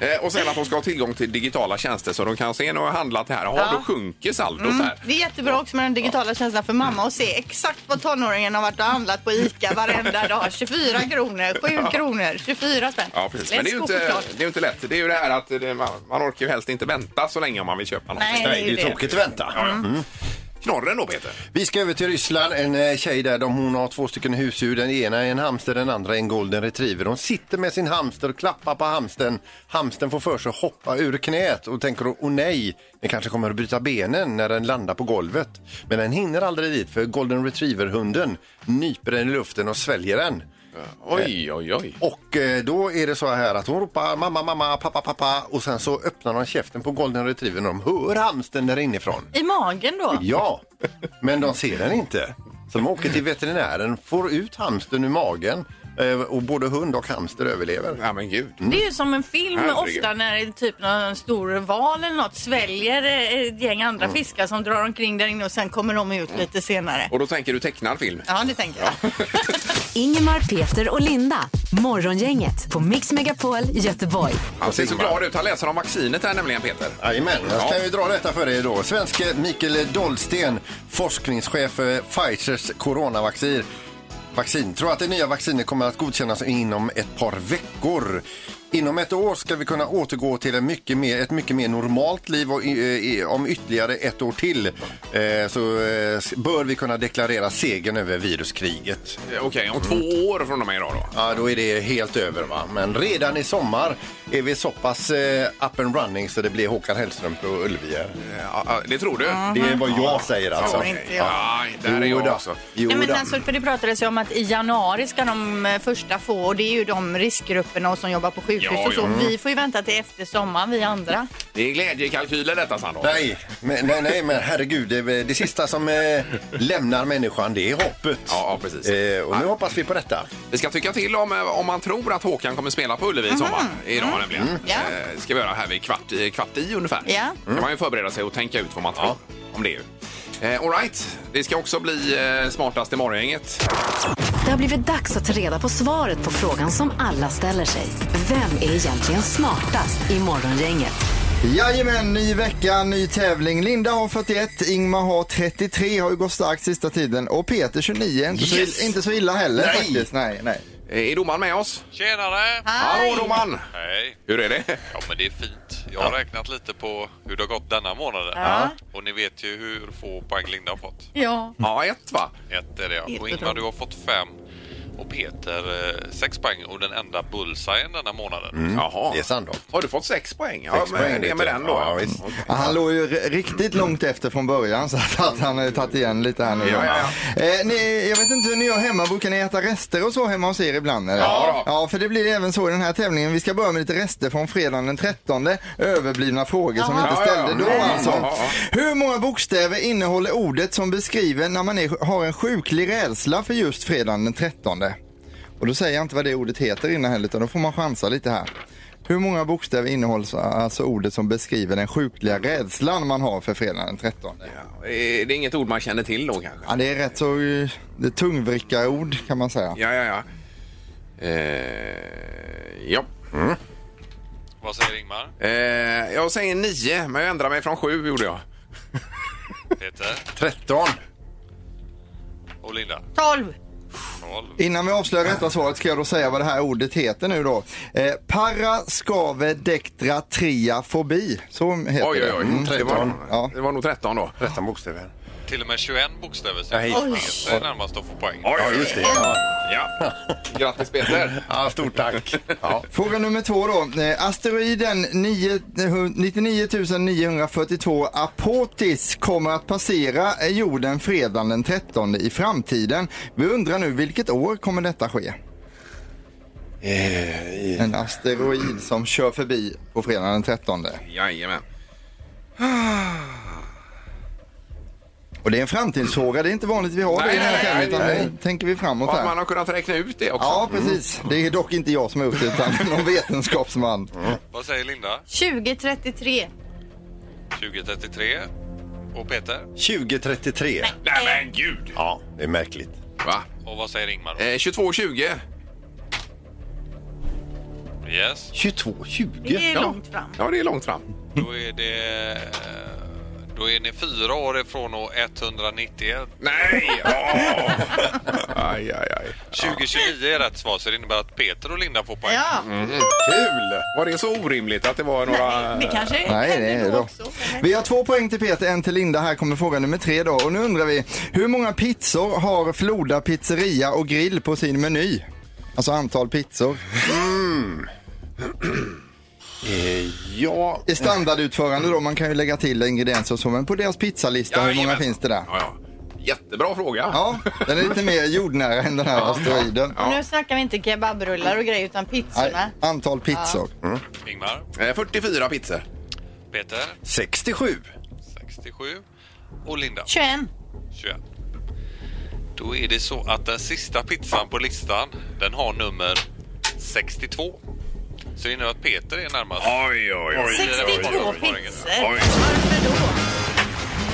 [SPEAKER 5] Eh, och sen att de ska ha tillgång till digitala tjänster så de kan se när jag har handlat här. Ja, då sjunker saldot här.
[SPEAKER 7] Det är jättebra också med den digitala tjänsten för mamma att se exakt vad tonåringen har varit och handlat på ICA varenda dag. 24 kronor, 7 kronor, 24 spänn.
[SPEAKER 5] Ja, precis. Men det är, ju
[SPEAKER 7] Let's go
[SPEAKER 5] inte,
[SPEAKER 7] choklad.
[SPEAKER 5] det är ju inte lätt. Det är ju det här att eh, det, man, man orkar ju helst inte vänta så länge om man vill köpa någonting.
[SPEAKER 7] Nej, det är ju det.
[SPEAKER 6] Tråkigt att vänta.
[SPEAKER 5] Knorren då, Peter?
[SPEAKER 6] Vi ska över till Ryssland. En eh, tjej där, de, hon har två stycken husdjur. Den ena är en hamster, den andra är en golden retriever. Hon sitter med sin hamster och klappar på hamsten. Hamsten får för sig att hoppa ur knät och tänker åh nej, den kanske kommer att bryta benen när den landar på golvet. Men den hinner aldrig dit för golden retriever-hunden nyper den i luften och sväljer den.
[SPEAKER 5] Oj, oj, oj.
[SPEAKER 6] Och eh, då är det så här att hon ropar mamma, mamma, pappa, pappa och sen så öppnar de käften på golden retrievern och de hör hamsten där inifrån.
[SPEAKER 7] I magen då?
[SPEAKER 6] Ja, men de ser den inte. Så de åker till veterinären, får ut hamstern ur magen Eh, Och både hund och hamster överlever.
[SPEAKER 5] Ja, men gud.
[SPEAKER 7] Det är ju som en film
[SPEAKER 5] Herregud.
[SPEAKER 7] ofta när det typ någon stor val eller något sväljer eh, ett gäng andra fiskar som drar omkring där inne och sen kommer de ut lite senare.
[SPEAKER 5] Mm. Och då tänker du tecknad film?
[SPEAKER 7] Ja, det tänker jag.
[SPEAKER 4] Ingemar, Peter och Linda. Morgongänget på Mix Megapol Göteborg.
[SPEAKER 5] Han ser så glad ut. Han läser om vaccinet här nämligen, Peter.
[SPEAKER 6] Jajamän, jag
[SPEAKER 5] Ja.
[SPEAKER 6] kan ju dra detta för er då. Svenske Mikael Dolsten, forskningschef för Pfizers coronavaccin, vaccin, tror att det nya vaccinet kommer att godkännas inom ett par veckor. Inom ett år ska vi kunna återgå till en mycket mer, ett mycket mer normalt liv och, eh, i- i- om ytterligare ett år till eh, så eh, s- bör vi kunna deklarera segern över viruskriget.
[SPEAKER 5] Eh, Okej, om två år från och med idag då.
[SPEAKER 6] Ja, då är det helt över va. Men redan i sommar är vi så pass eh, up and running så det blir Håkan Hellström på Ullevi här.
[SPEAKER 5] Eh, Ja, ja, det tror du?
[SPEAKER 6] Det är vad jag säger alltså.
[SPEAKER 7] Tror Mhm. inte jag.
[SPEAKER 5] Ja, där är jag
[SPEAKER 6] Jodå.
[SPEAKER 5] också.
[SPEAKER 6] Jodå.
[SPEAKER 7] Nej, men alltså, för det pratades ju om att i januari ska de eh, första få och det är ju de riskgrupperna och som jobbar på sjukhus
[SPEAKER 5] Ja,
[SPEAKER 7] och så.
[SPEAKER 5] ja.
[SPEAKER 7] Vi får ju vänta till efter sommaren, vi andra.
[SPEAKER 5] Det är glädjekalkyler detta, Sandra.
[SPEAKER 6] Nej, men, nej, nej, men herregud, det, är- det sista som eh, lämnar människan det är hoppet.
[SPEAKER 5] Ja, ja, precis.
[SPEAKER 6] Eh, och nu hoppas vi på detta.
[SPEAKER 5] Vi ska tycka till om, eh, om man tror att Håkan kommer spela på
[SPEAKER 6] Mhm.
[SPEAKER 5] Ullevi i sommar.
[SPEAKER 6] Mm.
[SPEAKER 5] Idag nämligen.
[SPEAKER 7] Ja.
[SPEAKER 5] Eh, ska vi göra här vid kvart, eh, kvart i ungefär.
[SPEAKER 7] Ja.
[SPEAKER 5] Då kan man ju förbereda sig och tänka ut vad man tror om det. ju. Eh, all right. det ska också bli eh, smartast i morgongänget.
[SPEAKER 4] Det har blivit dags att ta reda på svaret på frågan som alla ställer sig. Vem är egentligen smartast i morgongänget?
[SPEAKER 8] Jajamän, ny vecka, ny tävling. Linda har 41, Ingmar har 33, har ju gått starkt sista tiden. Och Peter 29, inte, så,
[SPEAKER 5] Yes!
[SPEAKER 8] illa, inte så illa heller
[SPEAKER 5] Nej!
[SPEAKER 8] faktiskt. Nej, nej.
[SPEAKER 5] Eh, är domaren med oss?
[SPEAKER 10] Tjenare!
[SPEAKER 5] Hallå domaren!
[SPEAKER 10] Hej!
[SPEAKER 5] Hur är det?
[SPEAKER 10] Ja men det är fint. Jag har räknat lite på hur det har gått denna månaden.
[SPEAKER 7] Ja.
[SPEAKER 10] Och ni vet ju hur få poäng Linda har fått.
[SPEAKER 7] Ja.
[SPEAKER 5] Ja, ett va?
[SPEAKER 6] Mm.
[SPEAKER 10] Ett är det ja.
[SPEAKER 7] Helt
[SPEAKER 10] Och
[SPEAKER 7] otroligt.
[SPEAKER 10] Ingmar du har fått fem. Och Peter eh, sex poäng och den enda bullseyen denna månaden.
[SPEAKER 5] Jaha.
[SPEAKER 6] Det är Sandholt.
[SPEAKER 5] Har du fått sex poäng? Ja,
[SPEAKER 6] Sex
[SPEAKER 5] men
[SPEAKER 6] poäng,
[SPEAKER 5] det är
[SPEAKER 6] vet
[SPEAKER 5] med
[SPEAKER 6] du.
[SPEAKER 5] den då.
[SPEAKER 6] Ja, visst.
[SPEAKER 5] Okej.
[SPEAKER 8] Ja, Han låg ju r- riktigt långt efter från början så att, att han har ju tagit igen lite här nu.
[SPEAKER 5] Ja, ja,
[SPEAKER 8] Eh, ni, jag vet inte, när jag är hemma, brukar ni äta rester och så hemma hos er ibland? Eller?
[SPEAKER 5] Ja, då.
[SPEAKER 8] ja, för det blir även så i den här tävlingen. Vi ska börja med lite rester från fredagen den 13. Överblivna frågor som vi inte
[SPEAKER 5] Ja, ja,
[SPEAKER 8] ställde
[SPEAKER 5] ja.
[SPEAKER 8] då
[SPEAKER 5] Ja,
[SPEAKER 8] alltså.
[SPEAKER 5] ja,
[SPEAKER 8] Hur många bokstäver innehåller ordet som beskriver när man är, har en sjuklig rädsla för just fredagen den 13? Och då säger jag inte vad det ordet heter innan heller, utan då får man chansa lite här. Hur många bokstäver innehålls alltså ordet som beskriver den sjukliga rädslan man har för fredagen den 13?
[SPEAKER 5] Ja, eh, Det är inget ord man känner till då kanske?
[SPEAKER 6] Ah.
[SPEAKER 8] Ja, det är rätt så eh, det är tungvrickarord kan man säga.
[SPEAKER 5] Ja, ja, ja. Eh, ja.
[SPEAKER 10] Vad säger Ingmar?
[SPEAKER 5] Eh, jag säger nio, men jag ändrar mig från sju gjorde jag.
[SPEAKER 10] Peter?
[SPEAKER 6] 13.
[SPEAKER 10] Och Linda?
[SPEAKER 7] 12.
[SPEAKER 10] Noll.
[SPEAKER 8] Innan vi avslöjar rätta svaret ska jag då säga vad det här ordet heter nu då. Eh, Paraskavedektratriafobi. Så heter
[SPEAKER 5] Oj, oj,
[SPEAKER 8] det.
[SPEAKER 5] oj.
[SPEAKER 8] Mm.
[SPEAKER 5] det, var,
[SPEAKER 8] Ja.
[SPEAKER 5] det var nog 13 då.
[SPEAKER 6] 13 bokstäver.
[SPEAKER 10] Till och med 21 bokstäver
[SPEAKER 6] Nej.
[SPEAKER 10] säger
[SPEAKER 6] Oj.
[SPEAKER 10] Peter. Peter är närmast att få poäng.
[SPEAKER 6] Ja, just det. Ja,
[SPEAKER 5] Ja. Grattis Peter!
[SPEAKER 6] ja stort tack. Ja.
[SPEAKER 8] Fråga nummer två då. Eh, Asteroiden 9, eh, 99 942 Apotis kommer att passera eh, jorden fredagen den 13 i framtiden. Vi undrar nu vilket år kommer detta ske?
[SPEAKER 6] Eh,
[SPEAKER 8] En asteroid som kör förbi på fredagen den 13.
[SPEAKER 5] Jajamän.
[SPEAKER 8] Och det är en framtidsfråga. Det är inte vanligt vi har det
[SPEAKER 5] Nej,
[SPEAKER 8] i den här
[SPEAKER 5] nej,
[SPEAKER 8] tävlingen, utan
[SPEAKER 5] nej,
[SPEAKER 8] nu tänker vi framåt
[SPEAKER 5] Och att man
[SPEAKER 8] här.
[SPEAKER 5] har kunnat räkna ut det också.
[SPEAKER 8] Ja, precis. Det är dock inte jag som har gjort det, utan någon vetenskapsman.
[SPEAKER 10] Vad säger Linda?
[SPEAKER 7] 2033.
[SPEAKER 10] 2033. Och Peter?
[SPEAKER 6] 2033.
[SPEAKER 5] Nej men gud!
[SPEAKER 6] Ja, det är märkligt.
[SPEAKER 5] Va?
[SPEAKER 10] Och vad säger Ingmar?
[SPEAKER 5] Eh, 22.20.
[SPEAKER 10] då? Yes.
[SPEAKER 6] 2220.
[SPEAKER 7] Det är
[SPEAKER 5] Ja.
[SPEAKER 7] långt fram.
[SPEAKER 5] Ja, det är långt fram.
[SPEAKER 10] Då är det... eh, Då är ni fyra år ifrån och 191.
[SPEAKER 5] Nej! Oh. Aj, aj, aj.
[SPEAKER 10] 2029 är rätt svar så det innebär att Peter och Linda får poäng.
[SPEAKER 7] Ja,
[SPEAKER 5] Kul! Var det så orimligt att det var några...
[SPEAKER 7] det kanske är
[SPEAKER 8] Nej, det
[SPEAKER 7] hände
[SPEAKER 8] är
[SPEAKER 7] då
[SPEAKER 8] då.
[SPEAKER 7] också. eller?
[SPEAKER 8] Vi har två poäng till Peter, en till Linda. Här kommer fråga nummer tre då. Och nu undrar vi, hur många pizzor har Floda pizzeria och grill på sin meny? Alltså antal pizzor.
[SPEAKER 6] Ja,
[SPEAKER 5] Eh,
[SPEAKER 8] I standardutförande då, man kan ju lägga till ingredienser och så, men på deras pizzalista, hur många
[SPEAKER 5] Jajamän.
[SPEAKER 8] finns det där?
[SPEAKER 5] Ja, ja. Jättebra fråga.
[SPEAKER 8] Ja, den är lite mer jordnära än den här asteroiden.
[SPEAKER 7] Och nu snackar vi inte kebabrullar och grejer utan pizzorna.
[SPEAKER 8] Nej, antal pizzor.
[SPEAKER 10] Ingmar,
[SPEAKER 5] Eh, 44 pizzor.
[SPEAKER 10] Peter,
[SPEAKER 6] 67.
[SPEAKER 10] 67 och Linda,
[SPEAKER 7] 21.
[SPEAKER 10] 21. Då är det så att den sista pizzan på listan, den har nummer 62. Så det innebär att Peter är närmast.
[SPEAKER 5] Oj, oj, oj.
[SPEAKER 7] 62
[SPEAKER 5] Oj.
[SPEAKER 7] pizzor. Varför då?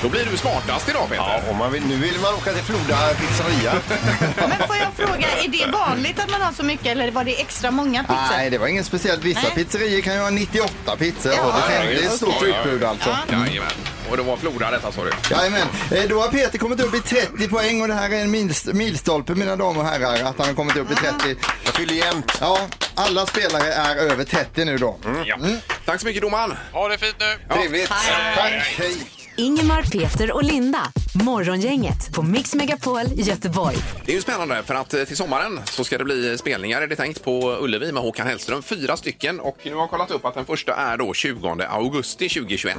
[SPEAKER 5] Då blir du smartast idag,
[SPEAKER 6] Ja,
[SPEAKER 5] Peter.
[SPEAKER 6] om man vill, nu vill man åka till Floda pizzeria.
[SPEAKER 7] Men får jag fråga, är det vanligt att man har så mycket eller var det extra många pizzor?
[SPEAKER 8] Nej, det var ingen speciellt. Vissa
[SPEAKER 7] Nej.
[SPEAKER 8] pizzerier kan ju ha 98 pizzor.
[SPEAKER 7] Ja,
[SPEAKER 8] Ja, det,
[SPEAKER 7] ja,
[SPEAKER 8] kan, det är ett
[SPEAKER 5] just
[SPEAKER 8] stort
[SPEAKER 5] det.
[SPEAKER 8] utbud alltså.
[SPEAKER 7] Ja.
[SPEAKER 5] Jajamän. Och det var Floda detta, sa du.
[SPEAKER 8] Jajamän. Eh, Då har Peter kommit upp i 30 poäng och det här är en mils- milstolpe mina damer och herrar att han har kommit upp i 30.
[SPEAKER 6] Jag fyller jämnt.
[SPEAKER 8] Ja, alla spelare är över 30 nu då.
[SPEAKER 11] Mm.
[SPEAKER 5] Ja. Tack så mycket, domaren.
[SPEAKER 10] Ha det fint nu!
[SPEAKER 6] Trevligt. Tack. Hej.
[SPEAKER 4] Ingemar, Peter och Linda. Morgongänget på Mix Megapol Göteborg.
[SPEAKER 5] Det är ju spännande för att eh, till sommaren så ska det bli spelningar är det tänkt på Ullevi med Håkan Hellström. Fyra stycken och nu har jag kollat upp att den första är då 20 augusti 2021.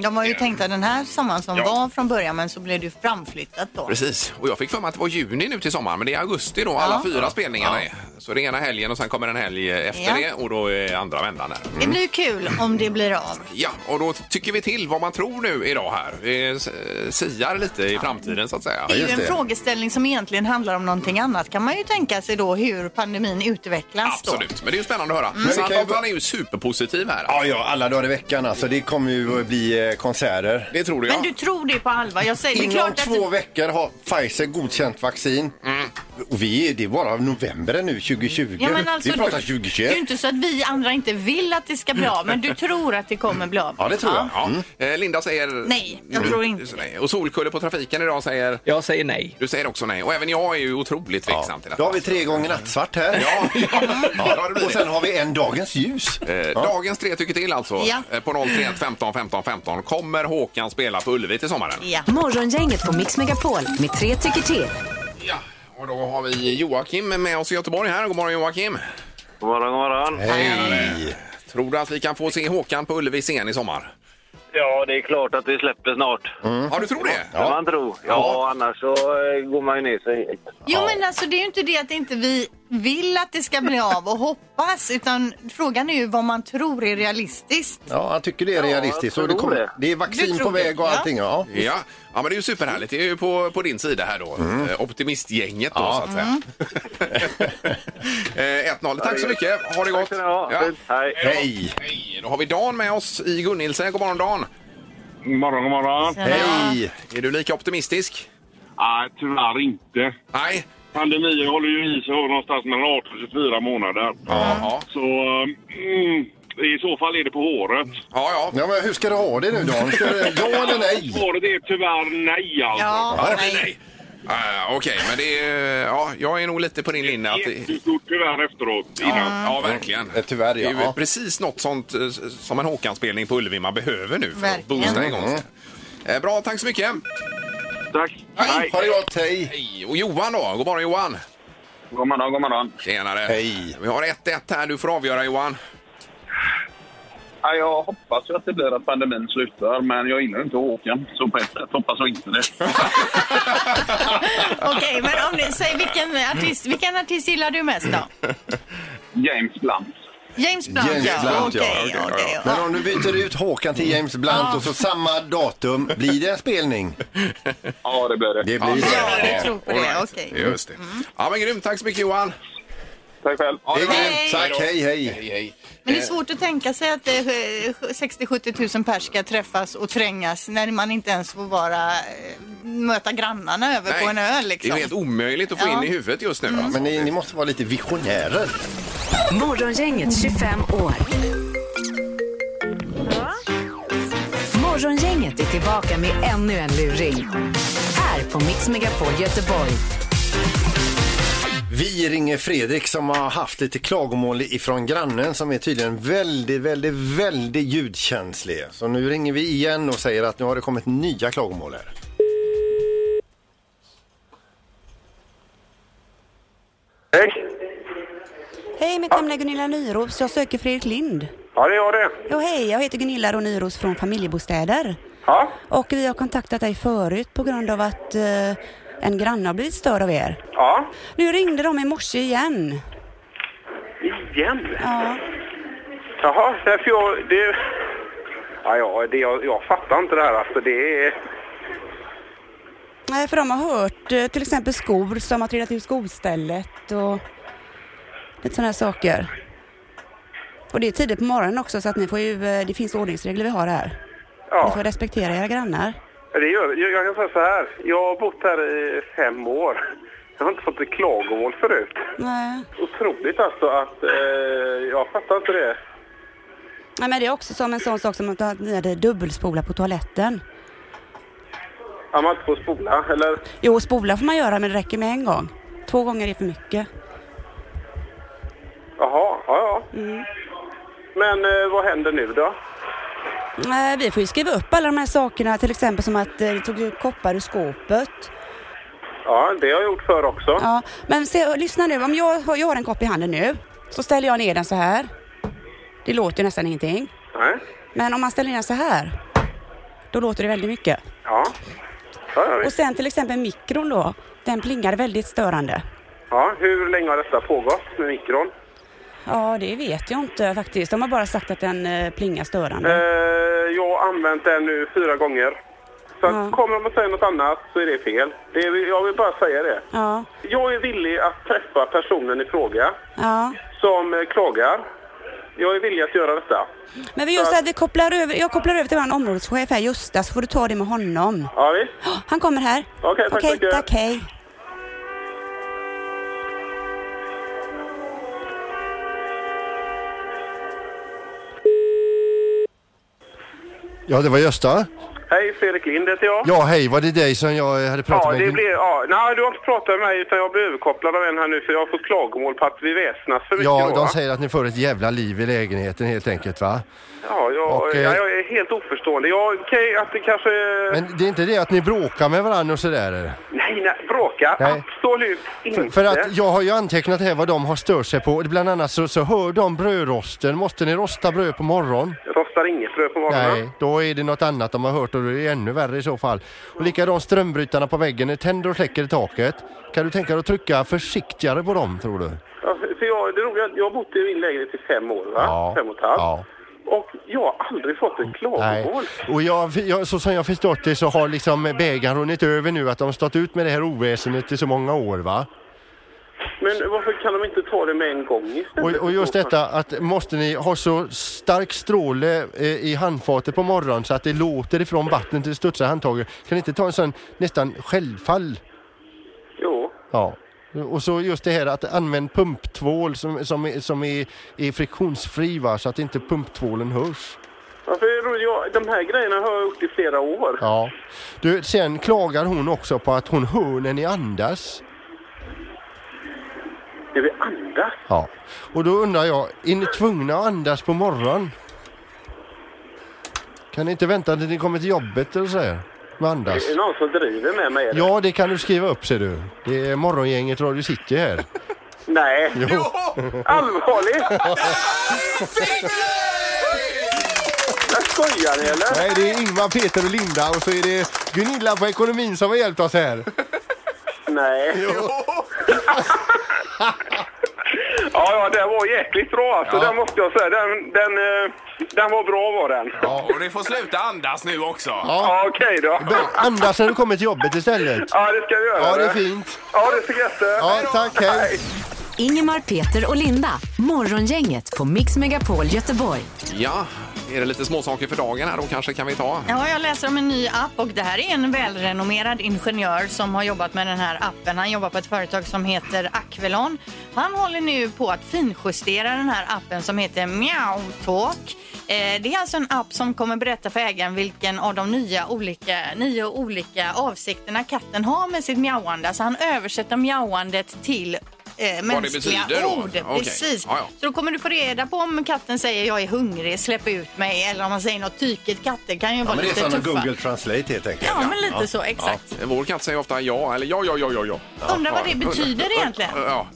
[SPEAKER 7] De har ju tänkt att den här sommaren som
[SPEAKER 5] Ja.
[SPEAKER 7] var från början men så blev det ju framflyttat då.
[SPEAKER 5] Precis, och jag fick för mig att det var juni nu till sommaren men det är augusti då alla
[SPEAKER 7] Ja.
[SPEAKER 5] fyra spelningarna är. Så det är ena helgen och sen kommer en helg eh, efter
[SPEAKER 7] Ja. Mm.
[SPEAKER 5] det och då är andra vändan där.
[SPEAKER 7] Det blir ju kul om det blir av.
[SPEAKER 5] Ja, och då tycker vi till vad man tror nu idag här. Vi eh, siar lite i framtiden så att säga.
[SPEAKER 7] Det är ju
[SPEAKER 6] just
[SPEAKER 7] en
[SPEAKER 6] det.
[SPEAKER 7] frågeställning som egentligen handlar om någonting annat. Kan man ju tänka sig då hur pandemin utvecklas då.
[SPEAKER 5] Absolut, men det är ju spännande att höra. Mm.
[SPEAKER 6] vi kan ju
[SPEAKER 5] Sandholt,
[SPEAKER 6] bara-
[SPEAKER 5] han är ju superpositiv här.
[SPEAKER 6] Ja, ja, alla dagar i veckan alltså. Det kommer ju att bli eh, konserter.
[SPEAKER 5] Det tror jag.
[SPEAKER 7] Men du tror det på allvar? Jag säger det är
[SPEAKER 6] Inom
[SPEAKER 7] klart att...
[SPEAKER 6] två veckor har Pfizer godkänt vaccin. Och vi är, det är bara november nu, 2020.
[SPEAKER 7] Ja, men alltså,
[SPEAKER 6] vi pratar
[SPEAKER 7] Det är
[SPEAKER 6] 2021.
[SPEAKER 7] ju inte så att vi andra inte vill att det ska bli av, men du tror att det kommer bli av.
[SPEAKER 6] Ja, det tror jag.
[SPEAKER 5] Ja. Eh, Linda säger...
[SPEAKER 7] Nej, jag tror inte
[SPEAKER 5] Så nej. Och Solkulle på trafiken idag säger...
[SPEAKER 1] Jag säger nej.
[SPEAKER 5] Du säger också nej. Och även jag är ju otroligt tveksam till detta.
[SPEAKER 6] Då har vi tre gånger nattsvart här.
[SPEAKER 5] Ja, ja. ja, det har det
[SPEAKER 6] Och
[SPEAKER 5] blivit.
[SPEAKER 6] sen har vi en dagens ljus.
[SPEAKER 5] Eh, Dagens tre tycker till alltså.
[SPEAKER 7] Ja.
[SPEAKER 5] Eh, På 031 15 15 15. Kommer Håkan spela på Ullevi till sommaren?
[SPEAKER 7] Ja.
[SPEAKER 4] Morgongänget på Mix Megapol med tre tycker till.
[SPEAKER 5] Ja. Och då har vi Joakim med oss i Göteborg här. God morgon Joakim!
[SPEAKER 10] God morgon, god morgon.
[SPEAKER 6] Hej.
[SPEAKER 5] Tror du att vi kan få se Håkan på Ullevi scen i sommar?
[SPEAKER 10] Ja, det är klart att vi släpper snart.
[SPEAKER 6] Mm.
[SPEAKER 5] Ja, du tror det?
[SPEAKER 10] Ja. Man tror. Ja, annars så eh, går man ju ner sig
[SPEAKER 7] Jo, men alltså det är ju inte det att inte vi vill att det ska bli av och hoppas, utan frågan är ju vad man tror är realistiskt.
[SPEAKER 6] Ja, han tycker det är realistiskt.
[SPEAKER 10] jag
[SPEAKER 6] Och det,
[SPEAKER 10] tror
[SPEAKER 6] kommer,
[SPEAKER 10] det.
[SPEAKER 6] det är
[SPEAKER 7] Du
[SPEAKER 6] vaccin
[SPEAKER 7] tror
[SPEAKER 6] på
[SPEAKER 7] det,
[SPEAKER 6] väg och
[SPEAKER 7] ja.
[SPEAKER 6] allting. Ja.
[SPEAKER 5] Ja. ja, men det är ju superhärligt. Det är ju på, på din sida här då. Eh, Optimistgänget då så att säga. Eh, 1-0. Tack så mycket. Ha det gott. Ja.
[SPEAKER 10] Hej.
[SPEAKER 6] Hej!
[SPEAKER 5] Hej. Då har vi Dan med oss i Gunnilse. God morgon Dan.
[SPEAKER 10] God morgon, god morgon.
[SPEAKER 6] Hej!
[SPEAKER 5] Är du lika optimistisk?
[SPEAKER 10] Nej, tyvärr inte.
[SPEAKER 5] Nej.
[SPEAKER 10] Pandemin håller ju i sig någonstans mellan 18 och 24 månader.
[SPEAKER 5] Ja,
[SPEAKER 10] Så mm, i så fall är det på håret.
[SPEAKER 5] ja. ja.
[SPEAKER 6] Ja, men hur ska du ha det nu då? Ska du, ja eller nej?
[SPEAKER 10] Håret är tyvärr nej alltså.
[SPEAKER 5] ja det
[SPEAKER 7] Ja,
[SPEAKER 5] blir nej. Eh, Okej, men det är, ja, jag är nog lite på din linje. Att det,
[SPEAKER 10] Jättestort tyvärr efteråt. Innan.
[SPEAKER 5] ja, verkligen.
[SPEAKER 6] Eh, tyvärr, ja.
[SPEAKER 5] Det är ju precis något sånt eh, som en Håkan-spelning på Ullevi man behöver nu för att
[SPEAKER 7] Verkligen.
[SPEAKER 5] boosta igång sig. Eh, Bra, tack så mycket.
[SPEAKER 10] Tack. Hej.
[SPEAKER 6] Ha det gott, hej!
[SPEAKER 5] Hej. Och Johan då? God morgon Johan.
[SPEAKER 10] God morgon, god morgon.
[SPEAKER 5] Tjenare.
[SPEAKER 6] Hej.
[SPEAKER 5] Vi har 1-1 här. Du får avgöra Johan.
[SPEAKER 10] Ja, jag hoppas ju att det blir att pandemin slutar, men jag gillar inte Håkan. Så på ett sätt hoppas jag inte det.
[SPEAKER 7] Okej, men om du, säg vilken artist, vilken artist gillar du mest då?
[SPEAKER 10] James Blunt.
[SPEAKER 7] James Blunt,
[SPEAKER 6] James
[SPEAKER 7] ja.
[SPEAKER 6] Blunt, ja.
[SPEAKER 7] Okej,
[SPEAKER 5] Okej,
[SPEAKER 7] okej,
[SPEAKER 6] Men
[SPEAKER 7] ja.
[SPEAKER 6] om du byter ut Håkan till James Blunt och så samma datum, blir det en spelning?
[SPEAKER 10] Ja, det blir
[SPEAKER 6] Det blir det.
[SPEAKER 7] Ja, jag tror på det. Okej.
[SPEAKER 5] Just det.
[SPEAKER 7] Mm.
[SPEAKER 5] Ja, men grymt. Tack så mycket Johan.
[SPEAKER 10] Tack själv.
[SPEAKER 5] Ja, det var-
[SPEAKER 7] Hej.
[SPEAKER 6] Tack, hej, hej!
[SPEAKER 5] Hej, hej.
[SPEAKER 7] Men det är svårt att tänka sig att eh, 60-70 000 pers ska träffas och trängas när man inte ens får vara, eh, möta grannarna över på en ö
[SPEAKER 5] Det är
[SPEAKER 7] liksom.
[SPEAKER 5] ju helt omöjligt att få
[SPEAKER 7] Ja. Mm.
[SPEAKER 5] in i huvudet just nu. Alltså.
[SPEAKER 6] Men ni, ni måste vara lite visionärer.
[SPEAKER 4] Morgongänget 25 år. Morgongänget är tillbaka med ännu en luring. Här på Mix Megapol Göteborg.
[SPEAKER 6] Vi ringer Fredrik som har haft lite klagomål ifrån grannen som är tydligen väldigt, väldigt, väldigt ljudkänslig. Så nu ringer vi igen och säger att nu har det kommit nya klagomål här.
[SPEAKER 10] Hej.
[SPEAKER 12] Hej, mitt namn är Gunilla Nyros. Jag söker Fredrik Lind.
[SPEAKER 10] Ja, det gör det.
[SPEAKER 12] Ja, hej, jag heter Gunilla och Nyros från Familjebostäder.
[SPEAKER 10] Ja,
[SPEAKER 12] Och vi har kontaktat dig förut på grund av att eh, en granne har blivit störd av er.
[SPEAKER 10] ja.
[SPEAKER 12] Nu ringde de i morse igen.
[SPEAKER 10] Igen?
[SPEAKER 12] Ja.
[SPEAKER 10] Jaha, nej, för jag... Det... Ja, ja, det, jag, jag fattar inte det här alltså. Det är...
[SPEAKER 12] Nej, för de har hört eh, till exempel skor som har trillat ur skostället och lite sådana här saker. Och det är tidigt på morgonen också så att ni får ju, eh, det finns ordningsregler vi har här. Ni
[SPEAKER 11] Ja,
[SPEAKER 12] får respektera era grannar.
[SPEAKER 11] det gör jag, jag kan säga så här. Jag har bott här i fem år. Jag har inte fått ett klagomål förut.
[SPEAKER 12] Nej.
[SPEAKER 11] Otroligt alltså att... Eh, jag fattar inte det.
[SPEAKER 12] Nej, men det är också som en sån sak som att ni hade dubbelspola på toaletten.
[SPEAKER 11] Att man inte får spola, eller?
[SPEAKER 12] Jo, spola får man göra men det räcker med en gång. Två gånger är för mycket.
[SPEAKER 11] Jaha, ja, ja. Men eh, vad händer nu då?
[SPEAKER 12] Nej, vi får ju skriva upp alla de här sakerna, till exempel som att eh, det tog ju koppar ur skåpet.
[SPEAKER 11] Ja, det har jag gjort förr också.
[SPEAKER 12] Ja, men se, lyssna nu, om jag, har- jag har en kopp i handen nu, så ställer jag ner den så här. Det låter ju nästan ingenting.
[SPEAKER 11] Nej.
[SPEAKER 12] Men om man ställer ner den så här, då låter det väldigt mycket.
[SPEAKER 11] Ja. Ja, ja,
[SPEAKER 12] Och
[SPEAKER 11] visst.
[SPEAKER 12] sen till exempel mikron då, den plingar väldigt störande.
[SPEAKER 11] ja, hur länge har detta pågått med mikron?
[SPEAKER 12] Ja, det vet jag inte faktiskt. De har bara sagt att den eh, plingar störande.
[SPEAKER 11] Eh, jag har använt den nu fyra gånger. Så att kommer de att säga något annat så är det fel. Det är, jag vill bara säga det.
[SPEAKER 12] Ja,
[SPEAKER 11] Jag är villig att träffa personen i fråga
[SPEAKER 12] ja.
[SPEAKER 11] som eh, klagar. Jag är villig att göra detta.
[SPEAKER 12] Men vi gör så att vi kopplar över, jag kopplar över till vår områdeschef här, Gösta, så får du ta det med honom.
[SPEAKER 11] Ja, visst?
[SPEAKER 12] Han kommer här.
[SPEAKER 11] Okej, tack så
[SPEAKER 12] Okej,
[SPEAKER 11] mycket.
[SPEAKER 12] tack, hej.
[SPEAKER 13] Ja, det var Gösta.
[SPEAKER 11] Hej, Fredrik Lind heter jag.
[SPEAKER 13] Ja, hej, var det dig som jag hade pratat
[SPEAKER 11] Ja,
[SPEAKER 13] med?
[SPEAKER 11] det blir, ja, nej, du har inte pratat med mig utan jag blir överkopplad av en här nu för jag har fått klagomål på att vi väsnas för mycket.
[SPEAKER 13] Ja,
[SPEAKER 11] då,
[SPEAKER 13] de
[SPEAKER 11] va?
[SPEAKER 13] säger att ni får ett jävla liv i lägenheten helt enkelt va?
[SPEAKER 11] ja jag,
[SPEAKER 13] Och, eh,
[SPEAKER 11] ja, jag är helt oförstående. Jag, okej, att det kanske...
[SPEAKER 13] Men det är inte det att ni bråkar med varandra och sådär? eller?
[SPEAKER 11] Nej, nej, bråka.
[SPEAKER 13] Nej.
[SPEAKER 11] Absolut inte.
[SPEAKER 13] För, för att jag har ju antecknat här vad de har stört sig på. Bland annat så, så hör de brödrosten. Måste ni rosta bröd på morgonen?
[SPEAKER 11] Jag rostar inget bröd på morgonen.
[SPEAKER 13] Nej, då är det något annat de har hört och det är ännu värre i så fall. Och likadant strömbrytarna på väggen, tänder och släcker i taket. Kan du tänka dig att trycka försiktigare på dem tror du?
[SPEAKER 11] Ja, för jag, det roliga, är att jag har bott i min lägenhet i fem år, va?
[SPEAKER 13] Ja.
[SPEAKER 11] Fem och ett halvt.
[SPEAKER 13] Ja.
[SPEAKER 11] Och jag har aldrig fått ett
[SPEAKER 13] Nej.
[SPEAKER 11] klagomål.
[SPEAKER 13] Och jag, jag, så som jag förstått det så har liksom bägaren runnit över nu att de har stått ut med det här oväsendet i så många år va?
[SPEAKER 11] Men varför kan de inte ta det med en gång istället?
[SPEAKER 13] Och, och just detta att måste ni ha så stark stråle eh, i handfatet på morgonen så att det låter ifrån vattnet till studsar i handtaget. Kan ni inte ta en sån nästan självfall?
[SPEAKER 11] Jo.
[SPEAKER 13] Ja. Och så just det här att använd pumptvål som, som, är- som är, är friktionsfri va? så att inte pumptvålen hörs.
[SPEAKER 11] Ja, för jag, de här grejerna har jag gjort i flera år.
[SPEAKER 13] Ja. Du, sen klagar hon också på att hon hör när ni andas.
[SPEAKER 11] Det vill andas.
[SPEAKER 13] Ja. Och då undrar jag, är ni tvungna att andas på morgonen? Kan ni inte vänta tills ni kommer till jobbet eller så här? Med
[SPEAKER 11] Det
[SPEAKER 13] andas?
[SPEAKER 11] är någon som driver med mig. eller?
[SPEAKER 13] Ja, det kan du skriva upp ser du. Det är morgongänget Radio City här.
[SPEAKER 11] Nej.
[SPEAKER 13] Jo.
[SPEAKER 11] Allvarligt? Jag skojar ni eller?
[SPEAKER 13] Nej, det är Ingvar, Peter och Linda och så är det Gunilla på ekonomin som har hjälpt oss här.
[SPEAKER 11] Nej. ja, ja, den var jäkligt bra alltså. Den måste jag säga. Den, den, eh, den var bra var den.
[SPEAKER 5] Ja, och ni får sluta andas nu också.
[SPEAKER 11] Ja, okej då.
[SPEAKER 13] Andas när du kommer till jobbet istället.
[SPEAKER 11] Ja, det ska vi göra.
[SPEAKER 13] Ja, det är
[SPEAKER 11] eller?
[SPEAKER 13] fint.
[SPEAKER 11] Ja, det är så gött det.
[SPEAKER 13] Ja, tack. Hej.
[SPEAKER 4] Ingemar, Peter och Linda. Morgongänget på Mix Megapol Göteborg.
[SPEAKER 5] Ja, är det lite småsaker för dagen här då kanske kan vi ta?
[SPEAKER 7] Ja, jag läser om en ny app och det här är en välrenommerad ingenjör som har jobbat med den här appen. Han jobbar på ett företag som heter Aquelon. Han håller nu på att finjustera den här appen som heter Meowtalk. Eh, det är alltså en app som kommer berätta för ägaren vilken av de nya olika, nio olika avsikterna katten har med sitt mjauande. Alltså han översätter mjauandet till eh, mänskliga
[SPEAKER 5] betyder då?
[SPEAKER 7] ord.
[SPEAKER 5] Okej.
[SPEAKER 7] Precis.
[SPEAKER 5] Ja, ja.
[SPEAKER 7] Så då kommer du få reda på om katten säger jag är hungrig, släpp ut mig eller om man säger något tyket. Katter kan ju
[SPEAKER 6] Ja,
[SPEAKER 7] vara
[SPEAKER 6] men det är
[SPEAKER 7] lite
[SPEAKER 6] sådana
[SPEAKER 7] tuffa.
[SPEAKER 6] Google Translate helt enkelt.
[SPEAKER 7] Ja, men lite så, exakt.
[SPEAKER 5] Ja. Vår katt säger ofta ja eller ja, ja, ja, ja, ja.
[SPEAKER 7] Undrar vad det betyder egentligen.
[SPEAKER 5] Ja,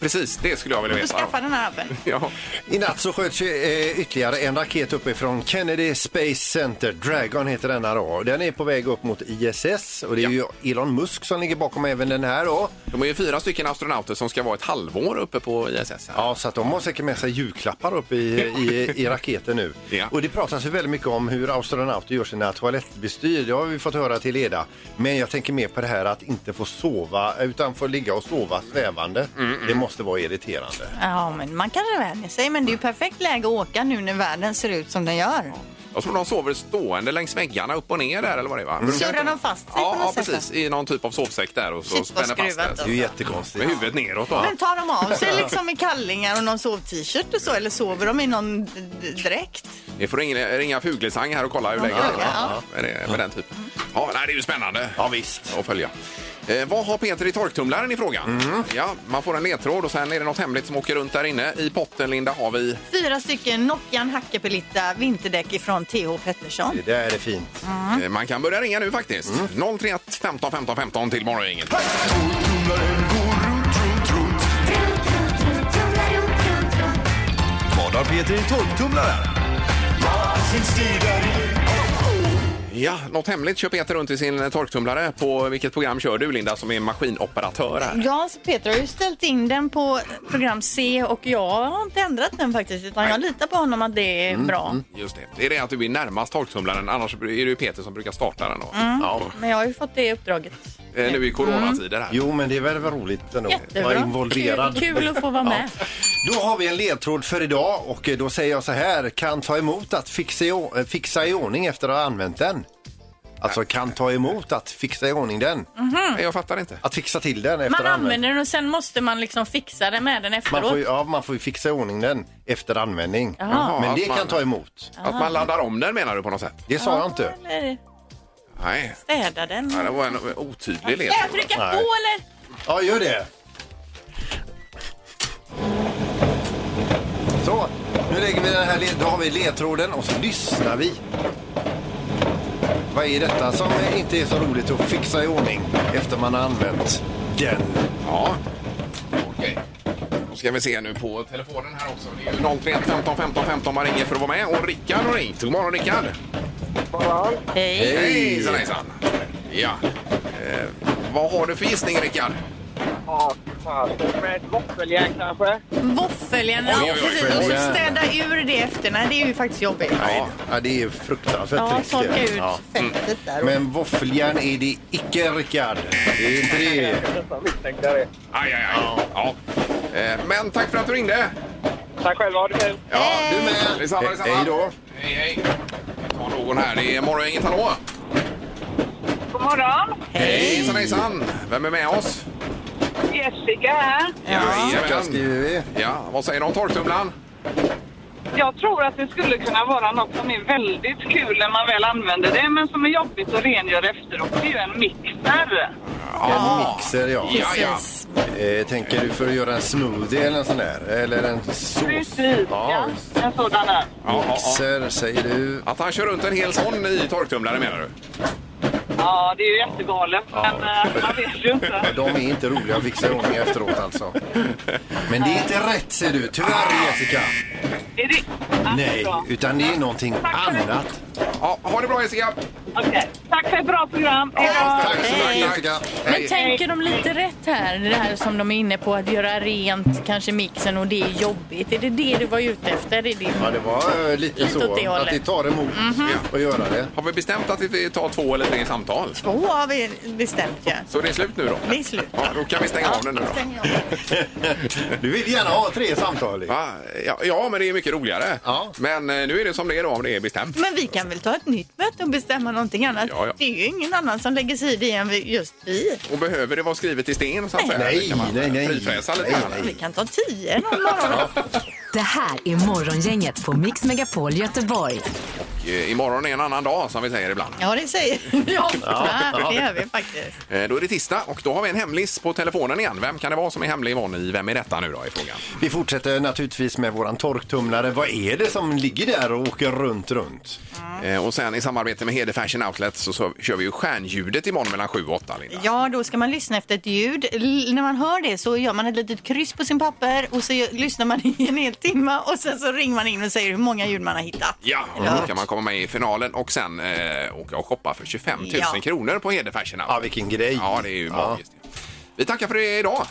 [SPEAKER 5] Precis, det skulle jag vilja
[SPEAKER 7] Du får
[SPEAKER 5] veta.
[SPEAKER 7] skaffa den här appen.
[SPEAKER 5] Ja.
[SPEAKER 6] I natt så sköts ju, eh, ytterligare en raket uppifrån Kennedy Space Center. Dragon heter denna då. Den är på väg upp mot ISS och det är ju Elon Musk som ligger bakom även den här då.
[SPEAKER 5] De är ju fyra stycken astronauter som ska vara ett halvår uppe på ISS. Här.
[SPEAKER 6] Ja, så att de har säkert med sig julklappar upp i, i, i raketen nu. Och det pratas ju väldigt mycket om hur astronauter gör sina toalettbestyr. Det har vi fått höra till Eda. Men jag tänker mer på det här att inte få sova utan få ligga och sova svävande.
[SPEAKER 5] Mm,
[SPEAKER 6] Det måste vara irriterande.
[SPEAKER 7] Ja, men man kan vänja sig. Men det är ju perfekt läge att åka nu när världen ser ut som den gör.
[SPEAKER 5] Jag tror de sover stående längs väggarna upp och ner där eller vad det är va? Men de kan
[SPEAKER 7] Surrar
[SPEAKER 5] inte-
[SPEAKER 7] de fast sig
[SPEAKER 5] Ja,
[SPEAKER 7] på
[SPEAKER 5] ja
[SPEAKER 7] något sätt?
[SPEAKER 5] precis. I någon typ av sovsäck där och så
[SPEAKER 7] Shit, vad
[SPEAKER 5] spänner fast
[SPEAKER 7] skruvat,
[SPEAKER 5] den.
[SPEAKER 7] alltså. Det är ju
[SPEAKER 6] jättekonstigt.
[SPEAKER 5] Med huvudet neråt då.
[SPEAKER 7] Men tar de av sig liksom i kallingar och någon sov-t-shirt och så eller sover de i någon d- d- dräkt?
[SPEAKER 5] Ni får ringa, ringa Fuglesang här och kolla hur läget är. Ja, Med, det- med den typen. Ja, nej, det är ju spännande ja, visst. att följa. Eh, vad har Peter i torktumlaren i frågan? Ja, man får en ledtråd och sen är det något hemligt som åker runt där inne. I potten, Linda, har vi...
[SPEAKER 7] Fyra stycken Nokian Hackepelitta vinterdäck ifrån TH Pettersson.
[SPEAKER 6] Det där är fint.
[SPEAKER 7] Mm.
[SPEAKER 5] Eh, man kan börja ringa nu faktiskt. 031 15 15 15 till morgongänget.
[SPEAKER 14] Vad har Peter i torktumlaren?
[SPEAKER 5] Ja, något hemligt kör Peter runt i sin eh, torktumlare. På vilket program kör du, Linda, som är maskinoperatör här?
[SPEAKER 7] Ja, så Peter har ju ställt in den på program C och jag har inte ändrat den faktiskt utan jag litar på honom att det är
[SPEAKER 5] Mm,
[SPEAKER 7] bra.
[SPEAKER 5] mm, Just det. Det är det att du är närmast torktumlaren, annars är det ju Peter som brukar starta den. Då.
[SPEAKER 7] Mm.
[SPEAKER 5] Ja.
[SPEAKER 7] Men jag har ju fått det uppdraget.
[SPEAKER 5] Eh, Nu i coronatider här.
[SPEAKER 6] Jo, men det är väl roligt ändå.
[SPEAKER 7] Jättebra.
[SPEAKER 6] Var involverad.
[SPEAKER 7] Kul, kul att få vara med.
[SPEAKER 6] Då har vi en ledtråd för idag och eh, då säger jag så här. Kan ta emot att fixa i, o- eh, fixa i ordning efter att ha använt den. Alltså kan ta emot att fixa i ordning den.
[SPEAKER 7] Mhm.
[SPEAKER 5] Jag fattar inte.
[SPEAKER 6] Att fixa till den efter
[SPEAKER 7] Man
[SPEAKER 6] att ha använt.
[SPEAKER 7] använder den och sen måste man liksom fixa den med den
[SPEAKER 6] Man
[SPEAKER 7] efteråt.
[SPEAKER 6] får, ju, ja, man får ju fixa i ordning den efter användning.
[SPEAKER 7] Jaha.
[SPEAKER 6] Men det
[SPEAKER 5] Att man-
[SPEAKER 6] kan ta emot.
[SPEAKER 5] Att man laddar om den menar du på något sätt?
[SPEAKER 6] Det sa jag inte.
[SPEAKER 7] Eller
[SPEAKER 5] Nej.
[SPEAKER 7] städa den.
[SPEAKER 5] Ja, det var en otydlig
[SPEAKER 7] Ska jag
[SPEAKER 5] ledtråd.
[SPEAKER 7] trycka på eller?
[SPEAKER 6] Ja, gör det. Så, nu lägger vi den här led- då har vi ledtråden och så lyssnar vi. Vad är detta som inte är så roligt att fixa i ordning efter man har använt den?
[SPEAKER 5] Ja. Okej. Då ska vi se nu på telefonen här också. Det är ju 031 15 15 15 man ringer för att vara med. Och Rickard har ringt. God morgon Rickard!
[SPEAKER 7] Hej!
[SPEAKER 5] Hejsan hejsan! Ja. Eh, vad har du för gissning Rickard?
[SPEAKER 15] Ja, fasen. Med ett våffeljärn kanske?
[SPEAKER 7] Våffeljärn,
[SPEAKER 5] Oj, oj,
[SPEAKER 7] ja
[SPEAKER 5] oj,
[SPEAKER 7] precis. Och så
[SPEAKER 6] våffeljärn.
[SPEAKER 7] städa ur det efter. Nej, det är ju faktiskt jobbigt.
[SPEAKER 6] Ja, ja, det är fruktansvärt
[SPEAKER 7] Ja,
[SPEAKER 6] trist.
[SPEAKER 7] torka ut
[SPEAKER 6] Mm.
[SPEAKER 7] fettet där.
[SPEAKER 6] Men våffeljärn är det icke, Rickard. Det är inte det.
[SPEAKER 5] Aj, aj, aj. Ja. Eh, men tack för att du ringde!
[SPEAKER 15] Tack själva, ha det kul!
[SPEAKER 5] Ja, du med! Detsamma,
[SPEAKER 6] He-
[SPEAKER 5] detsamma.
[SPEAKER 6] hej då.
[SPEAKER 5] Hej, hej! Vi tar någon här. Det är Morgongänget, hallå!
[SPEAKER 15] God morgon!
[SPEAKER 5] Hej! Hejsan, hejsan! Vem är med oss?
[SPEAKER 15] Jessica här.
[SPEAKER 5] Jajamän. Ja, vad säger du om torktumlaren?
[SPEAKER 15] Jag tror att det skulle kunna vara något som är väldigt kul när man väl använder det men som är jobbigt att rengöra efteråt. Det är ju en mixer.
[SPEAKER 6] En mixer, ja.
[SPEAKER 15] Ja, ja. Precis.
[SPEAKER 6] Eh, tänker du för att göra en smoothie eller en sån där? Eller en sås?
[SPEAKER 15] Precis, ja. En sådan här.
[SPEAKER 6] Mixer, säger du.
[SPEAKER 5] Att han kör runt en hel sån i torktumlare menar du?
[SPEAKER 15] Ja, det är ju jättegalet men eh, man vet ju inte.
[SPEAKER 6] De är inte roliga att fixa i ordning efteråt alltså. Men det är inte rätt ser du, tyvärr Jessica.
[SPEAKER 15] Är det... Ja,
[SPEAKER 6] Nej,
[SPEAKER 15] bra.
[SPEAKER 6] utan det är någonting annat.
[SPEAKER 5] Ja, ha det bra Jessica!
[SPEAKER 15] Okej. Tack för ett bra program. Hej då!
[SPEAKER 7] Men tänker de lite rätt här, det här som de är inne på, att göra rent kanske mixen och det är jobbigt. Är det det du var ute efter? Är det...
[SPEAKER 6] Ja, det var eh, lite
[SPEAKER 7] Lite åt det
[SPEAKER 6] så. Att
[SPEAKER 7] hållet. Mhm.
[SPEAKER 6] det tar emot att göra det.
[SPEAKER 5] Har vi bestämt att vi tar två eller tre samtal?
[SPEAKER 7] Två har vi bestämt ju.
[SPEAKER 5] Så det är slut nu då?
[SPEAKER 7] Det är slut.
[SPEAKER 5] Ja, då kan vi stänga av den nu då.
[SPEAKER 7] Stäng av.
[SPEAKER 6] Du vill gärna ha tre samtal.
[SPEAKER 5] Va? Ja, ja, men det är mycket roligare. Men eh, nu är det som det är då om det är bestämt.
[SPEAKER 7] Men vi kan väl ta ett nytt möte och bestämma någonting annat?
[SPEAKER 5] Ja, ja.
[SPEAKER 7] Det är ju ingen annan som lägger sig i det än vi- just vi.
[SPEAKER 5] Och behöver det vara skrivet i sten så att säga?
[SPEAKER 6] Nej,
[SPEAKER 5] Det kan man
[SPEAKER 6] nej, nej.
[SPEAKER 5] Frifräsa lite
[SPEAKER 6] Nej,
[SPEAKER 5] grann.
[SPEAKER 7] Vi kan ta tio någon morgon.
[SPEAKER 4] Det här är Morgongänget på Mix Megapol Göteborg.
[SPEAKER 5] eh, imorgon är en annan dag som vi säger ibland.
[SPEAKER 7] Ja, det säger vi ofta.
[SPEAKER 5] Ja.
[SPEAKER 7] Det gör vi faktiskt.
[SPEAKER 5] Eh, Då är det tisdag och då har vi en hemlis på telefonen igen. Vem kan det vara som är hemlig Yvonne i Vem är detta nu då i frågan?
[SPEAKER 6] Vi fortsätter naturligtvis med våran torktumlare. Vad är det som ligger där och åker runt, runt?
[SPEAKER 7] Mm.
[SPEAKER 5] Eh, Och sen i samarbete med Hede Fashion Outlet så, så kör vi ju stjärnljudet imorgon mellan 7 och 8 Linda.
[SPEAKER 7] Ja, då ska man lyssna efter ett ljud. L- när man hör det så gör man ett litet kryss på sin papper och så gör- lyssnar man i en hel timme och sen så ringer man in och säger hur många ljud man har hittat.
[SPEAKER 5] Ja, och då kan man komma med i finalen och sen eh, åka och shoppa för 25 000
[SPEAKER 7] Ja.
[SPEAKER 5] kronor på Hede Fashion Outlet. Ja, vilken grej! Ja, det är ju magiskt. Vi tackar för det idag.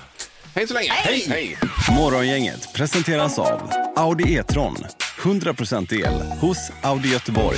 [SPEAKER 5] Hej så länge!
[SPEAKER 16] Hej! Morgongänget presenteras av Audi E-tron. 100% el hos Audi Göteborg.